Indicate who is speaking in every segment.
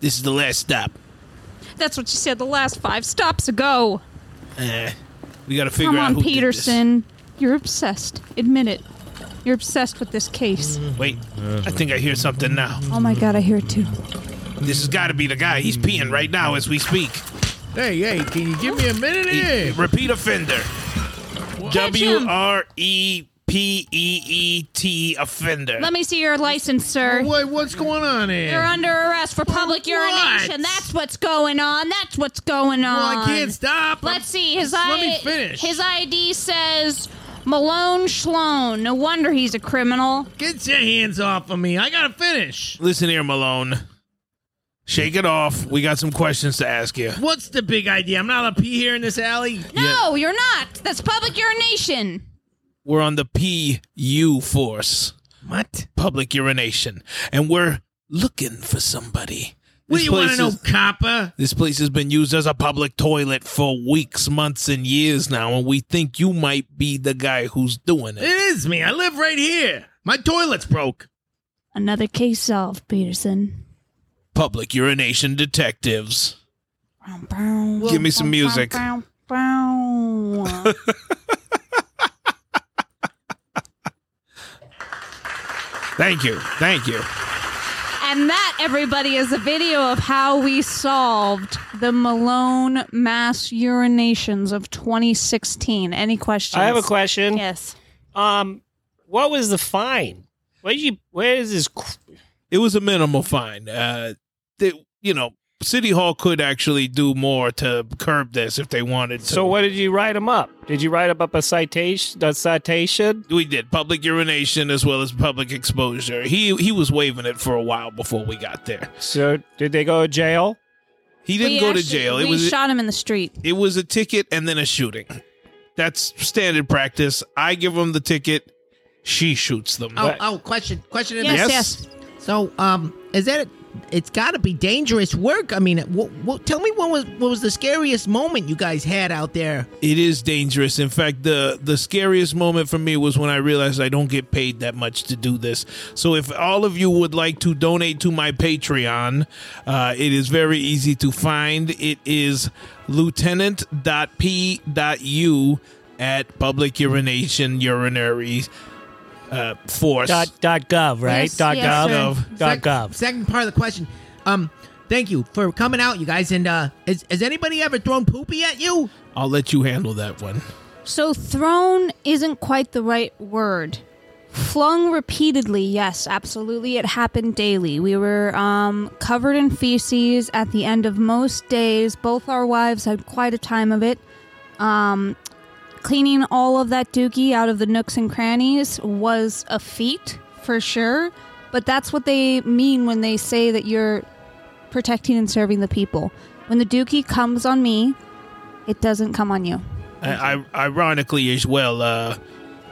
Speaker 1: This is the last stop.
Speaker 2: That's what you said the last five stops ago.
Speaker 1: Uh, we gotta figure
Speaker 2: Come
Speaker 1: out
Speaker 2: on,
Speaker 1: who did this.
Speaker 2: Peterson. You're obsessed. Admit it. You're obsessed with this case.
Speaker 1: Wait, I think I hear something now.
Speaker 2: Oh my god, I hear it too.
Speaker 1: This has got to be the guy. He's peeing right now as we speak.
Speaker 3: Hey, hey, can you give me a minute here?
Speaker 1: Repeat offender.
Speaker 2: Catch
Speaker 1: W
Speaker 2: him.
Speaker 1: R E P E E T offender.
Speaker 2: Let me see your license, sir.
Speaker 3: Wait, what's going on here?
Speaker 2: You're under arrest for public urination. That's what's going on. That's what's going on.
Speaker 3: Well, Oh, I can't stop.
Speaker 2: Let's
Speaker 3: I'm-
Speaker 2: see. His
Speaker 3: Just
Speaker 2: I-
Speaker 3: Let me finish.
Speaker 2: His ID says Malone Schlone. No wonder he's a criminal.
Speaker 3: Get your hands off of me. I gotta finish.
Speaker 1: Listen here, Malone. Shake it off. We got some questions to ask you.
Speaker 3: What's the big idea? I'm not allowed to pee here in this alley.
Speaker 2: No, you're not. That's public urination.
Speaker 1: We're on the PU force,
Speaker 3: What?
Speaker 1: public urination, and we're looking for somebody.
Speaker 3: What
Speaker 1: This
Speaker 3: do you want
Speaker 1: place
Speaker 3: to know,
Speaker 1: is-
Speaker 3: copper?
Speaker 1: This place has been used as a public toilet for weeks, months, and years now, and we think you might be the guy who's doing
Speaker 3: It
Speaker 1: it.
Speaker 3: is me. I live right here. My toilet's broke.
Speaker 2: Another case solved, Peterson.
Speaker 1: Public urination detectives.
Speaker 2: Give
Speaker 1: Give me some music. Thank you. Thank you.
Speaker 2: And that, everybody, is a video of how we solved the Malone mass urinations of 2016. Any questions?
Speaker 4: I have a question.
Speaker 2: Yes.
Speaker 4: Um, what was the fine? What did you? Where is this? cr-
Speaker 1: It was a minimal fine. Uh, they, you know, City Hall could actually do more to curb this if they wanted to.
Speaker 4: So what did you write him up? Did you write him up a citation? A citation?
Speaker 1: we did public urination as well as public exposure. He he was waving it for a while before we got there.
Speaker 4: So did they go to jail?
Speaker 1: He didn't
Speaker 2: We
Speaker 1: go
Speaker 2: actually-
Speaker 1: to jail.
Speaker 2: We
Speaker 1: It was
Speaker 2: shot him in the street.
Speaker 1: it was a ticket and then a shooting. That's standard practice. I give him the ticket. She shoots them.
Speaker 3: Oh, oh, question, question in
Speaker 2: Yes,
Speaker 1: Yes?
Speaker 2: yes.
Speaker 3: there. So, um, is that? It's got to be dangerous work. I mean, what, what, tell me what was what was the scariest moment you guys had out there?
Speaker 1: It is dangerous. In fact, the the scariest moment for me was when I realized I don't get paid that much to do this. So, if all of you would like to donate to my Patreon, uh, it is very easy to find. It is lieutenant.p.u at public urination urinary uh, force.
Speaker 4: Dot dot gov right?
Speaker 2: Yes,
Speaker 4: dot
Speaker 2: yes,
Speaker 4: gov
Speaker 2: sir.
Speaker 4: dot
Speaker 3: Sec-
Speaker 4: gov.
Speaker 3: Second part of the question. Um, thank you for coming out, you guys. And uh, is, has anybody ever thrown poopy at you?
Speaker 1: I'll let you handle that one.
Speaker 2: So thrown isn't quite the right word. Flung repeatedly, yes, absolutely. It happened daily. We were um, covered in feces at the end of most days. Both our wives had quite a time of it. Um, cleaning all of that dookie out of the nooks and crannies was a feat, for sure. But that's what they mean when they say that you're protecting and serving the people. When the dookie comes on me, it doesn't come on you.
Speaker 1: I, I, ironically, as well, uh,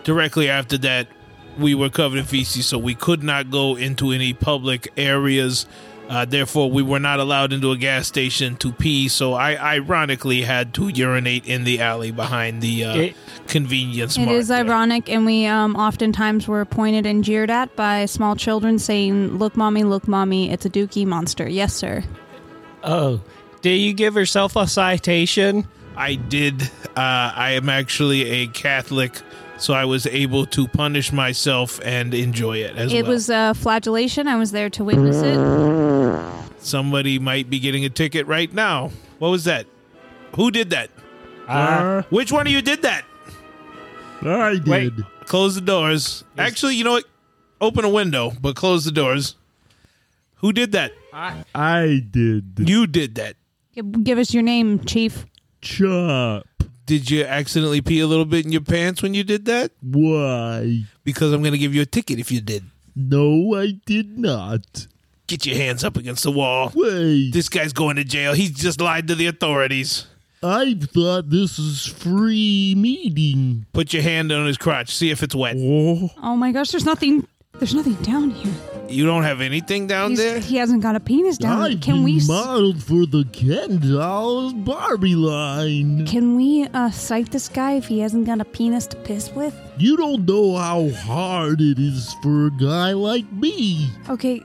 Speaker 1: directly after that, we were covered in feces, so we could not go into any public areas. Uh, therefore, we were not allowed into a gas station to pee. So I ironically had to urinate in the alley behind the uh,
Speaker 4: It-
Speaker 1: convenience
Speaker 2: It
Speaker 1: mart.
Speaker 2: is
Speaker 1: there.
Speaker 2: ironic, and we um, oftentimes were pointed and jeered at by small children saying, Look, mommy, look, mommy, it's a dookie monster. Yes, sir.
Speaker 4: Oh, did you give yourself a citation?
Speaker 1: I did. Uh, I am actually a Catholic, so I was able to punish myself and enjoy it as
Speaker 2: It
Speaker 1: well.
Speaker 2: was a flagellation. I was there to witness it.
Speaker 1: Somebody might be getting a ticket right now. What was that? Who did that?
Speaker 4: Uh,
Speaker 1: Which one of you did that?
Speaker 5: I did.
Speaker 4: Wait.
Speaker 1: Close the doors. Actually, you know what? Open a window, but close the doors. Who did that?
Speaker 5: I did.
Speaker 1: You did that.
Speaker 2: Give- Give us your name, Chief.
Speaker 5: Chop.
Speaker 1: Did you accidentally pee a little bit in your pants when you did that?
Speaker 5: Why?
Speaker 1: Because I'm going to give you a ticket if you did.
Speaker 5: No, I did not.
Speaker 1: Get your hands up against the wall.
Speaker 5: Wait.
Speaker 1: This guy's going to jail. He's just lied to the authorities.
Speaker 5: I thought this was free meeting.
Speaker 1: Put your hand on his crotch. See if it's wet.
Speaker 5: Oh,
Speaker 2: Oh my gosh, there's nothing. There's nothing down here.
Speaker 1: You don't have anything down
Speaker 2: He's-
Speaker 1: there?
Speaker 2: He hasn't got a penis down.
Speaker 5: I
Speaker 2: here. Um, Can we? s-
Speaker 5: modeled for the Ken Dolls Barbie line.
Speaker 2: Can we uh, cite this guy if he hasn't got a penis to piss with?
Speaker 5: You don't know how hard it is for a guy like me.
Speaker 2: Okay,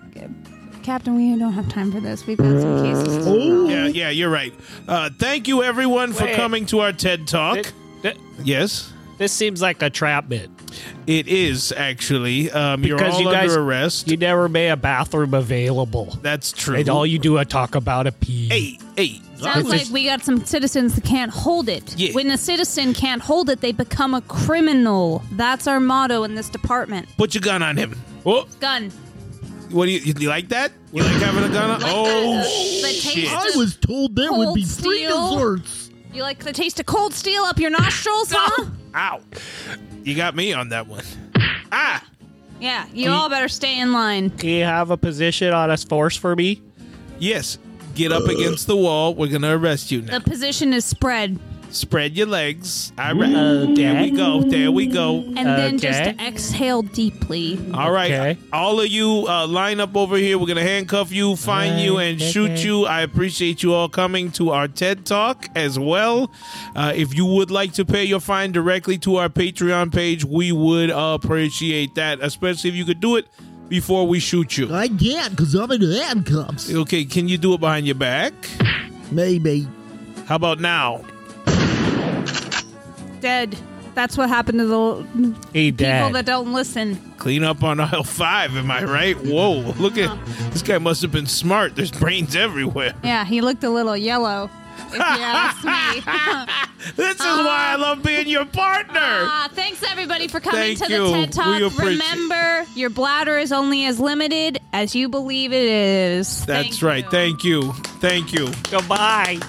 Speaker 2: Captain, we don't have time for this. We've got some cases. to-
Speaker 1: Yeah, yeah, you're right. Uh, thank you, everyone, for
Speaker 4: Wait.
Speaker 1: coming to our TED Talk.
Speaker 4: Th- th-
Speaker 1: yes,
Speaker 4: this seems like a trap bit.
Speaker 1: it is actually. Um, you're
Speaker 4: Because
Speaker 1: all
Speaker 4: you guys-
Speaker 1: under arrest.
Speaker 4: You never made a bathroom available.
Speaker 1: That's true.
Speaker 4: And all you do is talk about a pee.
Speaker 1: hey, hey.
Speaker 2: Sounds like we got some citizens that can't hold it.
Speaker 1: Yeah.
Speaker 2: When a citizen can't hold it, they become a criminal. That's our motto in this department.
Speaker 1: Put your gun on him.
Speaker 4: Oh,
Speaker 2: Gun.
Speaker 1: What do you, you like that? You like having a gun on?
Speaker 2: Like
Speaker 1: oh,
Speaker 2: the- the taste
Speaker 1: shit.
Speaker 5: I
Speaker 2: Just
Speaker 5: was told there would
Speaker 2: cold
Speaker 5: be free
Speaker 2: steel.
Speaker 5: desserts.
Speaker 2: You like the taste of cold steel up your nostrils, huh?
Speaker 1: Ow. You got me on that one. Ah.
Speaker 2: Yeah, you all better stay in line.
Speaker 4: can you have a position on a force for me?
Speaker 1: Yes. Get up against the wall. We're going to arrest you now.
Speaker 2: The position is spread.
Speaker 1: Spread your legs. All right. There we go. There we go.
Speaker 2: And then just
Speaker 4: Okay.
Speaker 2: exhale deeply.
Speaker 1: All right.
Speaker 4: Okay.
Speaker 1: All of you uh, line up over here. We're going to handcuff you, fine you, and shoot you. I appreciate you all coming to our TED Talk as well. Uh, if you would like to pay your fine directly to our Patreon page, we would appreciate that, especially if you could do it before we shoot you.
Speaker 5: I can't because I'm in handcuffs.
Speaker 1: Okay, can you do it behind your back?
Speaker 5: Maybe.
Speaker 1: How about now?
Speaker 2: Dead. That's what happened to the l- people
Speaker 4: He dead.
Speaker 2: that don't listen.
Speaker 1: Clean up on aisle five, am I right? Whoa, look at this guy must have been smart. There's brains everywhere.
Speaker 2: Yeah, he looked a little yellow, if you ask me.
Speaker 1: This is why I love being your partner.
Speaker 2: Ah, thanks everybody for coming
Speaker 1: Thank
Speaker 2: to
Speaker 1: you.
Speaker 2: the TED Talk.
Speaker 1: We appreciate-
Speaker 2: Remember, your bladder is only as limited as you believe it is.
Speaker 1: That's
Speaker 2: Thank
Speaker 1: right.
Speaker 2: you.
Speaker 1: Thank you. Thank you.
Speaker 4: Goodbye.